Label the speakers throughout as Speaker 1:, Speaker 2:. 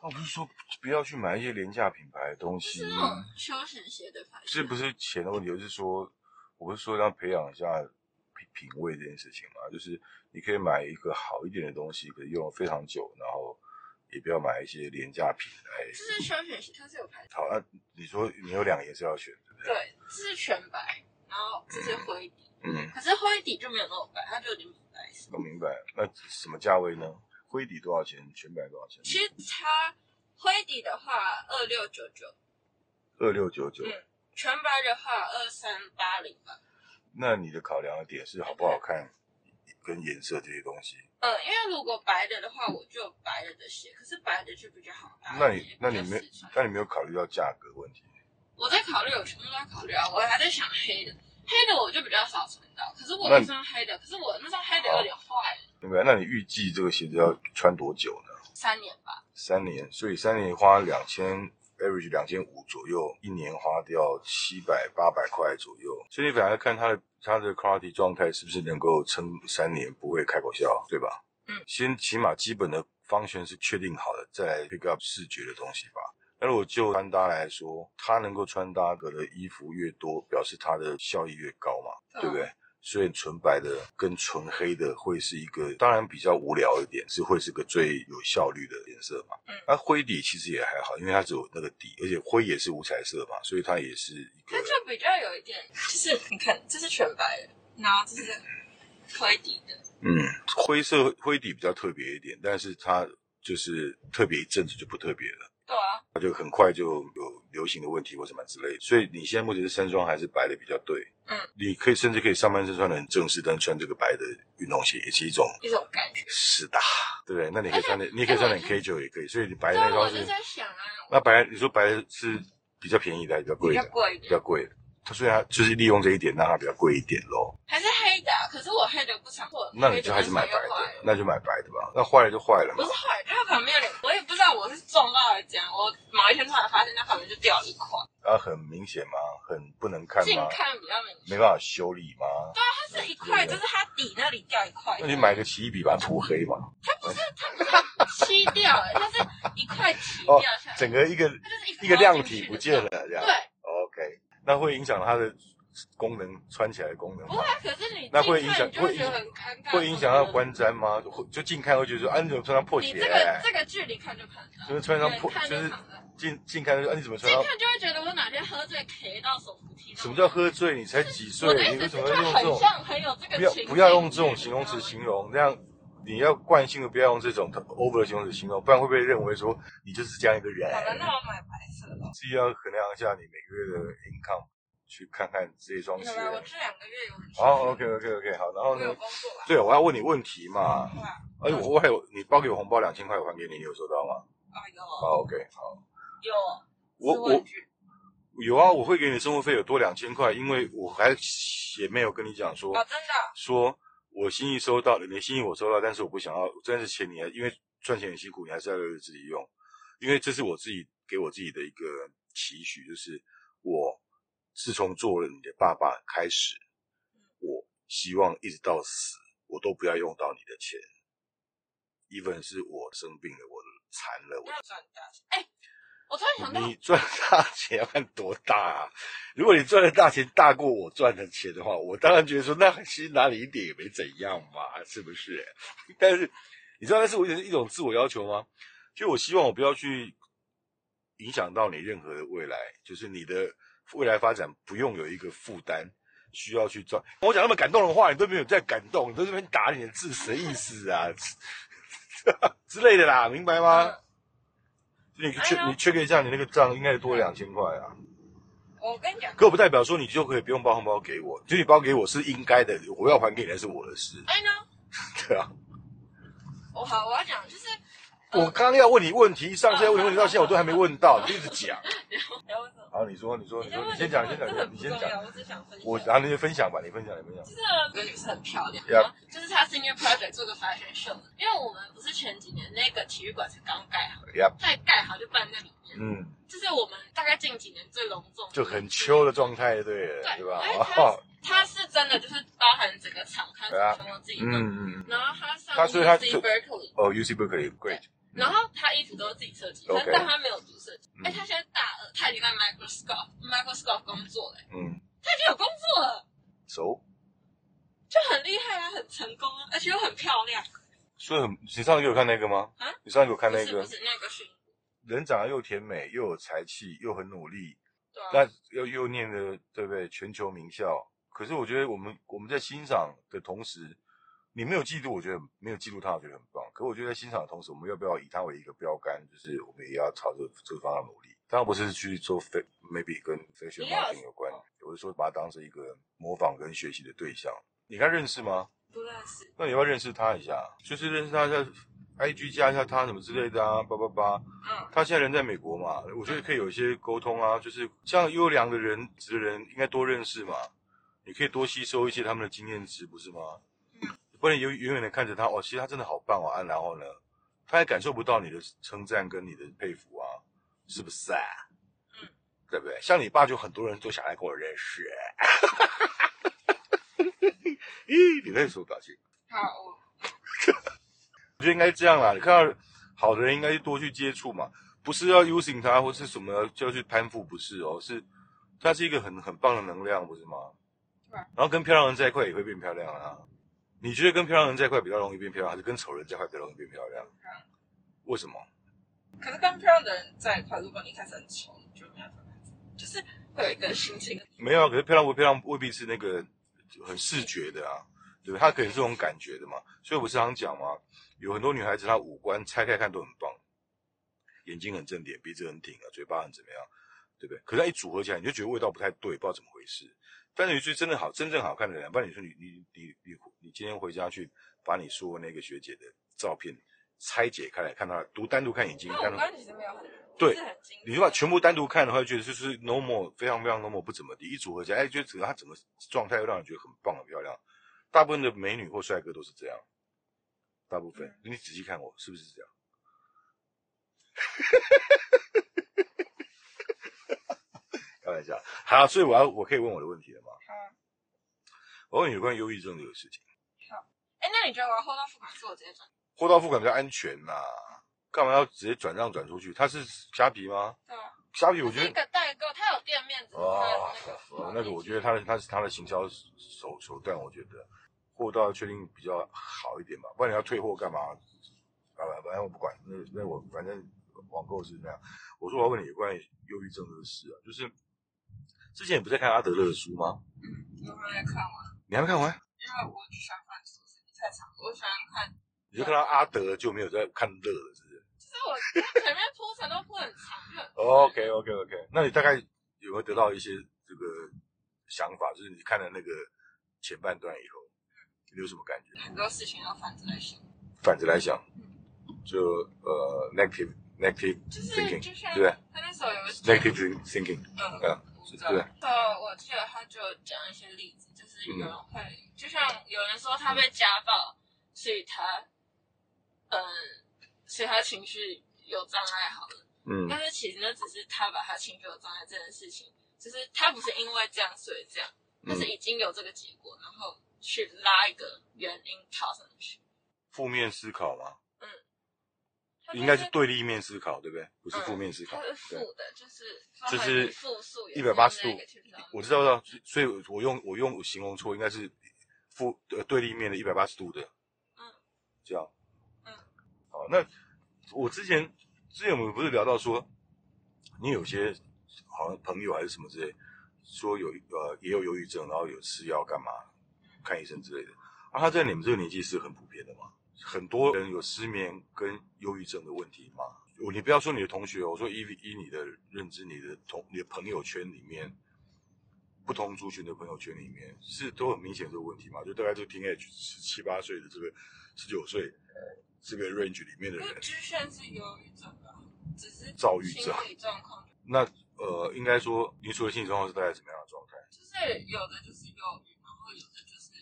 Speaker 1: 他哦不是说不要去买一些廉价品牌的东西
Speaker 2: 是，那种休闲鞋的牌
Speaker 1: 这
Speaker 2: 子，
Speaker 1: 不嗯是钱的问题，而是说，我不是说要培养一下品品味这件事情嘛，就是你可以买一个好一点的东西，可是用了非常久，然后也不要买一些廉价品
Speaker 2: 这
Speaker 1: 来。
Speaker 2: 是休闲鞋，它是有牌子，
Speaker 1: 好，那你说你有两个颜色要选，对不对？
Speaker 2: 对，这是全白，然后这是灰底，
Speaker 1: 嗯，
Speaker 2: 可是灰底就没有那么白，它就有点米白色。
Speaker 1: 我明白。那什么价位呢？灰底多少钱？全白多少钱？
Speaker 2: 其实它灰底的话二六九九，
Speaker 1: 二六九九。
Speaker 2: 嗯全白的话二三八零吧。
Speaker 1: 那你的考量的点是好不好看，跟颜色这些东西。
Speaker 2: 呃，因为如果白的的话，我就有白的的鞋，可是白的就比较好搭一点。
Speaker 1: 那你那你
Speaker 2: 比较
Speaker 1: 没
Speaker 2: 实穿
Speaker 1: 那你没有考虑到价格问题。
Speaker 2: 我在考虑，我全部都在考虑啊，我还在想黑的，黑的我就比较少穿到，可是我
Speaker 1: 那
Speaker 2: 那
Speaker 1: 你
Speaker 2: 双黑的，可是我那双黑的有点坏了，
Speaker 1: 明白？那你预计这个鞋子要穿多久呢？
Speaker 2: 三年吧，
Speaker 1: 三年，所以三年花两千，average 两千五左右，一年花掉七百八百块左右。所以你反而看它的它的 quality 状态是不是能够撑三年不会开口笑，对吧？
Speaker 2: 嗯，
Speaker 1: 先起码基本的方向是确定好了，再来 pick up 视觉的东西吧。那如果就穿搭来说，它能够穿搭的的衣服越多，表示它的效益越高嘛，
Speaker 2: 嗯
Speaker 1: 对不对？所以纯白的跟纯黑的会是一个，当然比较无聊一点，是会是个最有效率的颜色嘛。
Speaker 2: 嗯
Speaker 1: 那灰底其实也还好，因为它只有那个底，而且灰也是五彩色嘛，所以它也是一个
Speaker 2: 它。就比较有一点，就是你看，这是全白的，然后这是灰底的，
Speaker 1: 嗯，灰色灰底比较特别一点，但是它就是特别一阵子就不特别了，
Speaker 2: 对啊，
Speaker 1: 它就很快就有流行的问题或什么之类的。所以你现在目前是三双还是白的比较对？
Speaker 2: 嗯，
Speaker 1: 你可以甚至可以上半身穿的很正式，但穿这个白的运动鞋也是一种
Speaker 2: 一种感觉。
Speaker 1: 是的，对不对？那你可以穿点，你可以穿点 K 九也可以，所以你白
Speaker 2: 对
Speaker 1: 的
Speaker 2: 啊
Speaker 1: 那，
Speaker 2: 我
Speaker 1: 双，
Speaker 2: 就是在想啊，
Speaker 1: 那白你说白的是比较便宜的，还是比较贵
Speaker 2: 比较
Speaker 1: 的，
Speaker 2: 贵一
Speaker 1: 比
Speaker 2: 点
Speaker 1: 较，贵的。它虽然就是利用这一点让它比较贵一点喽，
Speaker 2: 还是黑的啊，可是我黑的不常做，
Speaker 1: 那你就还是买白
Speaker 2: 黑的那双又坏
Speaker 1: 的
Speaker 2: 了，
Speaker 1: 那就买白的吧。那坏了就坏了
Speaker 2: 不
Speaker 1: 嘛
Speaker 2: 是。坏，它旁边有点，我也不知道我是撞到了怎样，我某一天突然发现它旁边就掉了一块，
Speaker 1: 啊，很明显吗？很不能看
Speaker 2: 近
Speaker 1: 吗？
Speaker 2: 看比较明显
Speaker 1: 没。办法修理吗？
Speaker 2: 是一块，就是它底那里掉一块，
Speaker 1: 那你买个奇异笔把它涂黑嘛？
Speaker 2: 漆掉了，它是一块漆
Speaker 1: 哦
Speaker 2: 掉下来，
Speaker 1: 整个一 个
Speaker 2: 它就是
Speaker 1: 一个亮体不见了，。这样
Speaker 2: 对，。
Speaker 1: OK，那会影响它的功能，穿起来的功能
Speaker 2: 不
Speaker 1: 吗？
Speaker 2: 会，啊可是你
Speaker 1: 那会
Speaker 2: 近看你就
Speaker 1: 影响
Speaker 2: 会觉得很尴尬，
Speaker 1: 会影响到。观瞻吗？会就近看会觉得说，啊，你怎么穿上破
Speaker 2: 你
Speaker 1: 鞋、
Speaker 2: 这个这个距离看就看得
Speaker 1: 就
Speaker 2: 到，
Speaker 1: 是穿上
Speaker 2: 远
Speaker 1: 破，
Speaker 2: 看
Speaker 1: 就
Speaker 2: 就是看得到。
Speaker 1: 近近看就说，啊，你怎么穿
Speaker 2: 近
Speaker 1: 上？
Speaker 2: 看就会觉得我哪天喝醉 K 到手扶梯。
Speaker 1: 什么叫？喝醉？你才几岁
Speaker 2: 我的？意
Speaker 1: 你为
Speaker 2: 思
Speaker 1: 什
Speaker 2: 是
Speaker 1: 么要
Speaker 2: 它
Speaker 1: 用这
Speaker 2: 很
Speaker 1: 种？
Speaker 2: 像很有这个
Speaker 1: 不要
Speaker 2: 情境
Speaker 1: 不要用这种形容词形容，这样你要惯性的不要用这种 over 的形容词形容，不然会被认为说你就是这样一个人。
Speaker 2: 好了，那我买白色的。
Speaker 1: 自己要衡量一下你每个月的 income，去看看这双
Speaker 2: 你
Speaker 1: 鞋
Speaker 2: 知。道吗？我这两个月有很
Speaker 1: 好，OK OK OK，好，然后
Speaker 2: 我有
Speaker 1: 呢？
Speaker 2: 工作吧？
Speaker 1: 对，嗯我要问你问题嘛。
Speaker 2: 对啊，
Speaker 1: 而且我我还有你包给我红包两千块，我还给你，你有收到吗？
Speaker 2: 有
Speaker 1: 好，OK，好。
Speaker 2: 有。
Speaker 1: 我
Speaker 2: 是
Speaker 1: 我
Speaker 2: 问句
Speaker 1: 有啊，我会给你生活费有多两千块，因为我还也没有跟你讲说
Speaker 2: 哦，真的啊。
Speaker 1: 说我心意收到了，你的心意我收到，但是我不想要，但是钱你还因为赚钱很辛苦，你还是要留给自己用，因为这是我自己给我自己的一个期许，就是我自从做了你的爸爸开始，我希望一直到死，我都不要用到你的钱，even 是我生病了，我残了，我
Speaker 2: 要赚大钱。哎、我突然想到，
Speaker 1: 你赚大钱要看多大啊！如果你赚的大钱大过我赚的钱的话，我当然觉得说那其实哪里一点也没怎样嘛，是不是？ 但是你知道那是我一种一种自我要求吗？就我希望我不要去影响到你任何的未来，就是你的未来发展不用有一个负担。需要去赚。我讲那么感动的话，你都没有在感动，你都这边打你的字，什么意思啊？ 之类的啦，明白吗？你
Speaker 2: 哎
Speaker 1: 确
Speaker 2: 呀
Speaker 1: 你确认一下，你那个账应该多两千块啊。
Speaker 2: 我跟你讲，
Speaker 1: 可我不代表说你就可以不用包红包给我，就你包给我是应该的，我要还给你那是我的事，
Speaker 2: 哎呢，
Speaker 1: 对啊。
Speaker 2: 我好，我要讲就是，
Speaker 1: 我刚刚要问你问题，上次要问你问题到现在我都还没问到，你就一直讲。
Speaker 2: 你要问什么？
Speaker 1: 好，你说你说你说，
Speaker 2: 问
Speaker 1: 你先讲你先
Speaker 2: 这很
Speaker 1: 讲，
Speaker 2: 不
Speaker 1: 你先
Speaker 2: 重要，
Speaker 1: 讲。
Speaker 2: 我只想分享。
Speaker 1: 我然后你先分享吧，你分享你分享。
Speaker 2: 就是有个女生很漂亮
Speaker 1: Yeah.
Speaker 2: 然后就是她 senior project 做个 fashion show，因为我们不是前几年那个体育馆才刚盖好，
Speaker 1: Yep，
Speaker 2: 再盖好就办在里面，
Speaker 1: 嗯，
Speaker 2: 就是我们大概近几年最隆重，
Speaker 1: 就很秋的状态，对了
Speaker 2: 对，
Speaker 1: 对吧
Speaker 2: 而且？ 她
Speaker 1: 哦
Speaker 2: 她是真的就是包含整个场刊
Speaker 1: Yeah.
Speaker 2: 全部自己弄，
Speaker 1: 嗯嗯嗯。
Speaker 2: 然后她上
Speaker 1: 她所以她
Speaker 2: UC Berkeley，
Speaker 1: 哦，UC Berkeley，great，
Speaker 2: 然后他衣服都是自己设计，但
Speaker 1: OK
Speaker 2: 但他没有读设计。
Speaker 1: 嗯
Speaker 2: 哎，他现在大二，他已经在 Microscope Microscope 工作嘞，
Speaker 1: 嗯，
Speaker 2: 他已经有工作了，
Speaker 1: 熟。
Speaker 2: 就很厉害啊，很成功啊，而且又很漂亮。
Speaker 1: 所以很，你上次给我看那个吗？
Speaker 2: 啊
Speaker 1: 你上次给我看
Speaker 2: 不
Speaker 1: 那
Speaker 2: 是
Speaker 1: 个
Speaker 2: 不，是那个训，
Speaker 1: 人长得又甜美，又有才气，又很努力，
Speaker 2: 对啊，
Speaker 1: 那又又念的对不对？全球名校。可是我觉得我们我们在欣赏的同时，你没有嫉妒，我觉得没有嫉妒他，我觉得很棒。可我觉得在欣赏的同时，我们要不要以他为一个标杆？就是我们也要朝着这个方向努力。当然不是去做非 maybe 跟 fashion
Speaker 2: 也有
Speaker 1: marketing 有关，我是说把它当成一个模仿跟学习的对象。你看认识吗？
Speaker 2: 不认识。
Speaker 1: 那你要不要认识他一下？就是认识他一下，IG 加一下他什么之类的啊，叭叭叭。
Speaker 2: 嗯，
Speaker 1: 他现在人在美国嘛，我觉得可以有一些沟通啊，就是像优良的人、值的人应该多认识嘛，你可以多吸收一些他们的经验值，不是吗？
Speaker 2: 嗯
Speaker 1: 不然永远远的看着他，哦，其实他真的好棒哦，啊，然后呢，他也感受不到你的称赞跟你的佩服啊，是不是、啊？
Speaker 2: 嗯
Speaker 1: 对不对？像你爸就很多人都想来跟我认识，哎 咦，你那什么表情？
Speaker 2: 好，我
Speaker 1: 我觉得应该这样啦。你看到好的人，应该多去接触嘛，不是要 using 他或是什么就要去攀附，不是哦，是它是一个很很棒的能量，不是吗？
Speaker 2: 对
Speaker 1: 然后跟漂亮人在一块也会变漂亮啊。你觉得跟漂亮人在一块比较容易变漂亮，还是跟丑人在一块比较容易变漂亮？为什么？
Speaker 2: 可是跟漂亮的人在一块，如果你一开始很丑，你就没办法，就是会有一个心情。
Speaker 1: 没有啊，可是漂亮不漂亮未必是那个很视觉的啊，对不对？它可能是这种感觉的嘛。所以我常常讲嘛，有很多女孩子她五官拆开看都很棒，眼睛很正点，鼻子很挺啊，嘴巴很怎么样，对不对？可是她一组合起来，你就觉得味道不太对，不知道怎么回事。但是你最真的好，真正好看的人，不然你说你你你你你今天回家去把你说那个学姐的照片拆解开来看她，独单独看眼睛，
Speaker 2: 那
Speaker 1: 看
Speaker 2: 哦我
Speaker 1: 到。
Speaker 2: 刚其实没有很，
Speaker 1: 对
Speaker 2: 就是很精致。
Speaker 1: 你如果全部单独看的话，觉得就是 normal，非常非常 normal，不怎么地。一组合起来，哎，觉得整个它整个状态又让人觉得很棒、很漂亮。大部分的美女或帅哥都是这样，大部分。
Speaker 2: 嗯
Speaker 1: 你仔细看我，是不是这样？ 开玩笑。好，所以我要我可以问我的问题了吗？
Speaker 2: 好啊
Speaker 1: 我问你有关忧郁症这个事情，
Speaker 2: 哎，那你觉得我要 hold 到付款，是我直接转
Speaker 1: 货到付款比较安全呐、干嘛要直接转账转出去？它是虾皮吗？
Speaker 2: 对啊？
Speaker 1: 虾皮我
Speaker 2: 我
Speaker 1: 觉得
Speaker 2: 一个代购，他有店面，只是
Speaker 1: 哦
Speaker 2: 他有，
Speaker 1: 哦
Speaker 2: 那个
Speaker 1: 那个我觉得他的他是他的行销手手段，我觉得货到确定比较好一点吧，不然你要退货干嘛？啊，反正我不管，那那我反正网购是那样。我说我要问你有关于忧郁症这个事啊，就是之前你不是在看阿德勒的书吗？
Speaker 2: 我还没看完，
Speaker 1: 你还没看完？
Speaker 2: 因为我喜欢看书时间太长，我喜欢看，
Speaker 1: 你就看到阿德就没有在看乐了，是不是
Speaker 2: 就是我它前面铺陈都铺很长，就很
Speaker 1: ？OK OK OK，那你大概有没有得到一些这个想法？就是你看了那个前半段以后，你有什么感觉？
Speaker 2: 很多事情要反着来想，
Speaker 1: 反着来想，就呃 negative negative
Speaker 2: 就是就
Speaker 1: thinking，
Speaker 2: 像
Speaker 1: 对
Speaker 2: 他那时候有一个
Speaker 1: negative thinking，
Speaker 2: 嗯
Speaker 1: 嗯，
Speaker 2: 我不
Speaker 1: 是
Speaker 2: 知道
Speaker 1: 对。
Speaker 2: 呃，我记得他就讲一些例子，就是有
Speaker 1: 嗯
Speaker 2: 人会，就像有人说他被家暴，所以他，嗯，所以他情绪有障碍好了，
Speaker 1: 嗯
Speaker 2: 但是其实那只是他把他情绪有障碍这件事情，就是他不是因为这样所以这样，他
Speaker 1: 嗯
Speaker 2: 是已经有这个结果，然后去拉一个原因套上去，
Speaker 1: 负面思考吗？
Speaker 2: 他就
Speaker 1: 应该是对立面思考，对不对？不是负面思考
Speaker 2: 嗯他是，负
Speaker 1: 对。
Speaker 2: 的，就是
Speaker 1: 就是
Speaker 2: 复数
Speaker 1: 180度
Speaker 2: 度
Speaker 1: 我知道，知道，所以我用我用形容错，应该是负呃对立面的一百八十度的，
Speaker 2: 嗯，
Speaker 1: 这样，
Speaker 2: 嗯，
Speaker 1: 好，那我之前之前我们不是聊到说，你有些好像朋友还是什么之类，说有呃也有忧郁症，然后有吃药干嘛，看医生之类的，啊，他在你们这个年纪是很普遍的嘛，很多人有失眠跟忧郁症的问题嘛。我你不要说你的同学哦，我说以以你的认知，你的同你的朋友圈里面，不同族群的朋友圈里面是都很明显这个问题嘛？就大概就 teenage 十七八岁的这个十九岁这个 range 里面的
Speaker 2: 因
Speaker 1: 人
Speaker 2: 为，局限是忧郁症吧，只是
Speaker 1: 躁郁症
Speaker 2: 心理状况，
Speaker 1: 那呃，应该说你说的心理状况是大概什么样的状态？
Speaker 2: 就是有的就是忧郁，然后有的就是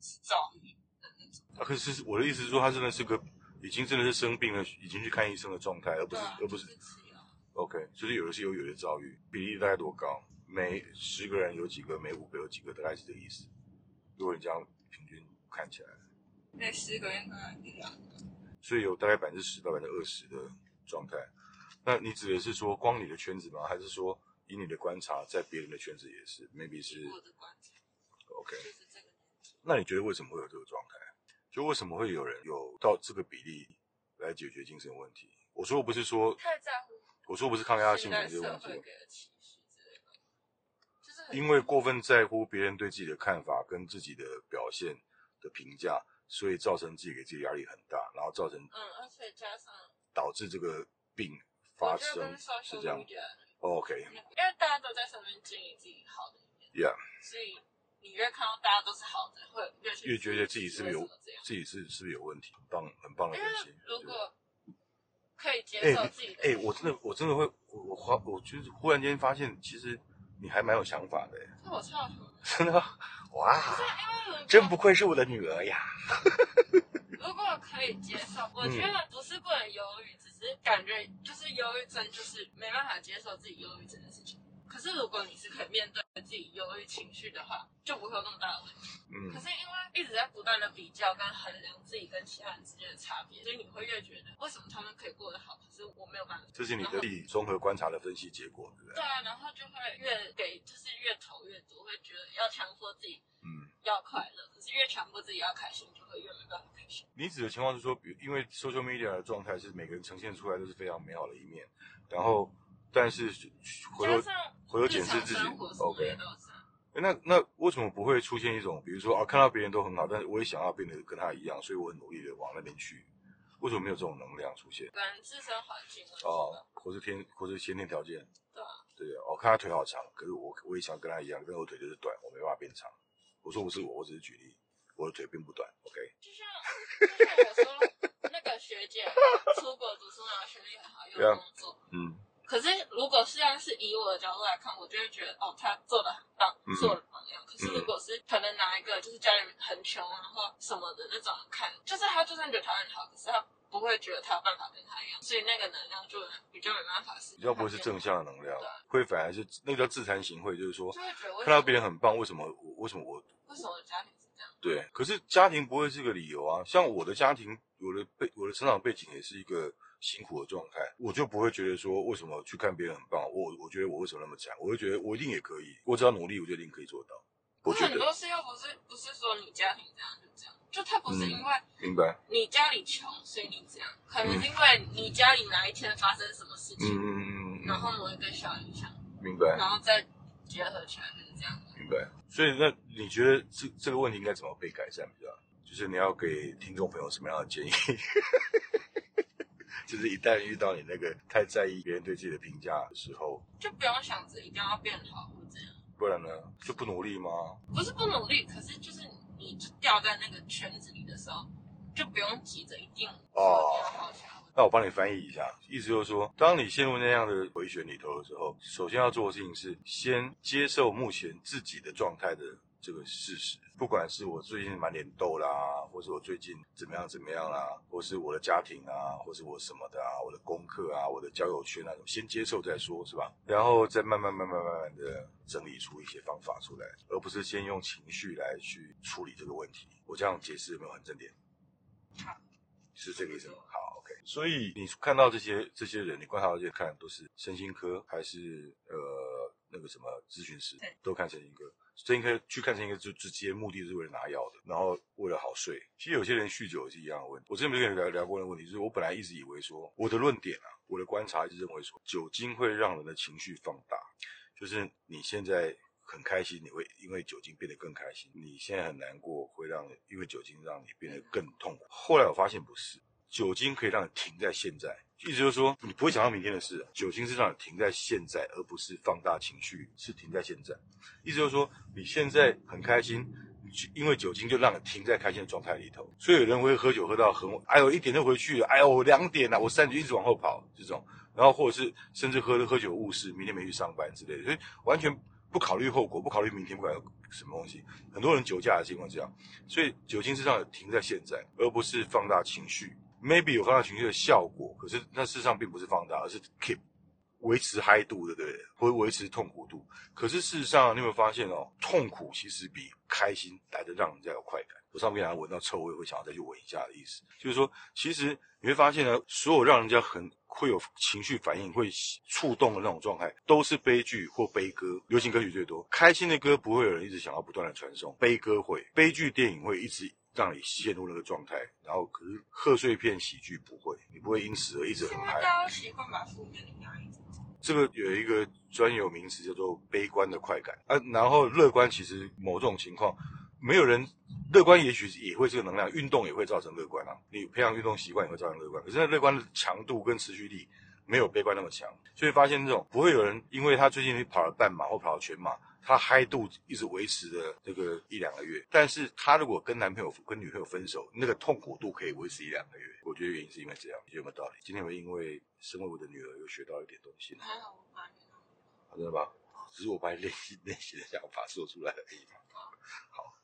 Speaker 2: 是躁郁的那种。
Speaker 1: 啊，可是我的意思是说，他真的是个已经真的是生病了，已经去看医生的状态，而不
Speaker 2: 对
Speaker 1: 是
Speaker 2: 啊，
Speaker 1: 而不是
Speaker 2: 就吃药。
Speaker 1: OK，就是有的是有，有的遭遇，比例大概多高？每十个人有几个？每五个有几个？大概是这个意思。如果你这样平均看起来，
Speaker 2: 那十个应该一两个，
Speaker 1: 所以有大概百分之十到百分之二十的状态。那你指的是说光你的圈子吗？还是说以你的观察，在别人的圈子也是？maybe 是
Speaker 2: 我的观察
Speaker 1: OK
Speaker 2: 就。是这个年纪，
Speaker 1: 那你觉得为什么会有这个状态？就为什么会有人有到这个比例来解决精神问题？我说不是说，
Speaker 2: 太在乎
Speaker 1: 我说不是抗压性
Speaker 2: 现
Speaker 1: 的
Speaker 2: 代
Speaker 1: 这个
Speaker 2: 社
Speaker 1: 问
Speaker 2: 会
Speaker 1: 题，哦
Speaker 2: 给的歧视之类的，就是很
Speaker 1: 因为过分在乎别人对自己的看法跟自己的表现的评价，所以造成自己给自己压力很大，然后造成
Speaker 2: 嗯，而且加上
Speaker 1: 导致这个病
Speaker 2: 我
Speaker 1: 发
Speaker 2: 觉得
Speaker 1: 生
Speaker 2: 跟，social
Speaker 1: 是这样。
Speaker 2: media 因
Speaker 1: OK，Yeah，
Speaker 2: 为大家都在上面建立自己好的一面，所以你越看到大家都是好的，会越去
Speaker 1: 越觉得自己是不是
Speaker 2: 为
Speaker 1: 有
Speaker 2: 什么这样
Speaker 1: 自己是是不是有问题？很棒，很棒的
Speaker 2: 因
Speaker 1: 分析
Speaker 2: 为。如
Speaker 1: 对
Speaker 2: 果可以接受
Speaker 1: 哎
Speaker 2: 自己的，
Speaker 1: 哎、我真的我真的会，我我花我就是忽然间发现，其实你还蛮有想法的耶，
Speaker 2: 那我超好。
Speaker 1: 真的哇，
Speaker 2: 因为如
Speaker 1: 真
Speaker 2: 果
Speaker 1: 不愧是我的女儿呀。
Speaker 2: 如果可以接
Speaker 1: 嗯
Speaker 2: 受，我觉得不是不能忧郁，只是感觉就是忧郁症就是没办法接受自己忧郁这件事情。可是如果你是可以面对自己忧郁情绪的话，就不会有那么大的问题。
Speaker 1: 嗯
Speaker 2: 可，是因为一直在不断的比较跟衡量自己跟其他人之间的差别，所以你会越觉得为什么他们可以过得好，可是我没有办法。
Speaker 1: 这是你
Speaker 2: 然后
Speaker 1: 的自己综合观察的分析结果，对不对
Speaker 2: 对？啊，然后就会越给就是越投越多，会觉得要强迫自己
Speaker 1: 嗯，
Speaker 2: 要快乐，可是越强迫自己要开心，就会越没办法开心。
Speaker 1: 你指的情况是说，比因为 social media 的状态是每个人呈现出来都是非常美好的一面，然后但是回
Speaker 2: 加
Speaker 1: 头
Speaker 2: 上
Speaker 1: 回头
Speaker 2: 日
Speaker 1: 检视
Speaker 2: 常
Speaker 1: 自己
Speaker 2: 生活什么
Speaker 1: ，OK
Speaker 2: 也。都是啊。
Speaker 1: 那那为什么不会出现一种，比如说啊，看到别人都很好，但是我也想要变得跟他一样，所以我很努力的往那边去，为什么没有这种能量出现？
Speaker 2: 可能自身环境问题
Speaker 1: 哦
Speaker 2: 吧。，
Speaker 1: 或是天，或是先天条件，
Speaker 2: 对啊
Speaker 1: 对啊，我、看他腿好长，可是我我也想跟他一样，但我腿就是短，我没办法变长。我说不是我，我只是举例，我的腿并不短，OK？
Speaker 2: 就像就像我说那个学姐出国读书，然后学历很好，又
Speaker 1: 对啊
Speaker 2: 有工作。
Speaker 1: 嗯
Speaker 2: 可是如果是要是以我的角度来看，我就会觉得哦，她做的很棒
Speaker 1: 嗯，
Speaker 2: 做的榜样。可是
Speaker 1: 嗯
Speaker 2: 如果是可能拿一个就是家里很穷啊，然后什么的那种看，就是她就算觉得她很好，可是她不会觉得她有办法跟她一样，所以那个能量就比较没办法是
Speaker 1: 比较不会是正向的能量
Speaker 2: 对啊，
Speaker 1: 会反而是那个叫自惭形秽，就是说
Speaker 2: 就会
Speaker 1: 看
Speaker 2: 觉得为什么
Speaker 1: 到别人很棒，为什么我为什么我
Speaker 2: 为什么我的家庭是这样？
Speaker 1: 对，可是家庭不会是个理由啊。像我的家庭，我的背，我的成长背景也是一个辛苦的状态，我就不会觉得说为什么去看别人很棒，我我觉得我为什么那么惨，我会觉得我一定也可以，我只要努力，我就一定可以做到。我觉
Speaker 2: 很
Speaker 1: 得
Speaker 2: 多事又不是不是说你家庭这样就这样，就他不是因为
Speaker 1: 明白，
Speaker 2: 你家里穷所以你这样，可能是因为你家里哪一天发生什么事
Speaker 1: 嗯
Speaker 2: 情，
Speaker 1: 嗯嗯
Speaker 2: 然
Speaker 1: 嗯，
Speaker 2: 后某一个小影响，
Speaker 1: 明白
Speaker 2: 然后再结合起来就是这样。
Speaker 1: 明白。所以那你觉得这这个问题应该怎么被改善比较好？就是你要给听众朋友什么样的建议？ 就是一旦遇到你那个太在意别人对自己的评价的时候，
Speaker 2: 就不用想着一定要变好或这样，
Speaker 1: 不然呢就不努力吗？
Speaker 2: 不是不努力，可是就是你就掉在那个圈子里的时候，就不用急着一定说
Speaker 1: 哦
Speaker 2: 你要好起来。
Speaker 1: 那我帮你翻译一下，意思就是说，当你陷入那样的回旋里头的时候，首先要做的事情是先接受目前自己的状态的这个事实，不管是我最近满脸痘啦，或是我最近怎么样怎么样啦，或是我的家庭啊，或是我什么的啊，我的功课啊，我的交友圈啊，先接受再说，是吧？然后再慢慢慢慢慢慢的整理出一些方法出来，而不是先用情绪来去处理这个问题。我这样解释有没有很正点？是这个意思吗？好，OK。所以你看到这些这些人，你观察到这些看都是身心科还是呃那个什么咨询师
Speaker 2: 对，
Speaker 1: 都看身心科。身心科去看身心科就直接目的是为了拿药的，然后为了好睡。其实有些人酗酒也是一样的问题。我之前不是跟你聊聊过的问题，就是我本来一直以为说我的论点啊，我的观察一直认为说酒精会让人的情绪放大，就是你现在很开心，你会因为酒精变得更开心；你现在很难过，会让你因为酒精让你变得更痛苦。后来我发现不是，酒精可以让你停在现在，意思就是说你不会想到明天的事，啊酒精是让你停在现在，而不是放大情绪，是停在现在。意思就是说你现在很开心。你去因为酒精就让你停在开心的状态里头，所以有人会喝酒喝到很晚，哎呦一点就回去了，哎呦两点了、我三点一直往后跑这种，然后或者是甚至喝喝酒误事，明天没去上班之类的，所以完全不考虑后果，不考虑明天，不考虑什么东西。很多人酒驾的情况这样，所以酒精是让你停在现在，而不是放大情绪。Maybe 有放大情绪的效果，可是那事实上并不是放大，而是 keep 维持嗨度，对不对？或维持痛苦度。可是事实上，你有没有发现哦，痛苦其实比开心来的让人家有快感。我我上面给他闻到臭味，会想要再去闻一下的意思。就是说，其实你会发现呢，所有让人家很会有情绪反应、会触动的那种状态，都是悲剧或悲歌。流行歌曲最多，开心的歌不会有人一直想要不断的传送，悲歌会，悲剧电影会一直。让你陷入那个状态，然后可是贺岁片喜剧不会，你不会因此而一直
Speaker 2: 现
Speaker 1: 很
Speaker 2: 在
Speaker 1: 嗨。
Speaker 2: 大家都习惯把负面的压抑住。
Speaker 1: 这个有一个专有名词叫做悲观的快感啊，然后乐观其实某种情况，没有人乐观也许也会这个能量，运动也会造成乐观啊，你培养运动习惯也会造成乐观，可是那乐观的强度跟持续力没有悲观那么强，所以发现这种不会有人因为他最近跑了半马或跑了全马。他嗨度一直维持着这个一两个月，但是他如果跟男朋友、跟女朋友分手，那个痛苦度可以维持一两个月。我觉得原因是因为这样，有没有道理？今天我因为身为我的女儿，又学到一点东西呢。
Speaker 2: 还好我妈没有
Speaker 1: 好的吧？只是我把内心内心的想法说出来而已嘛。好，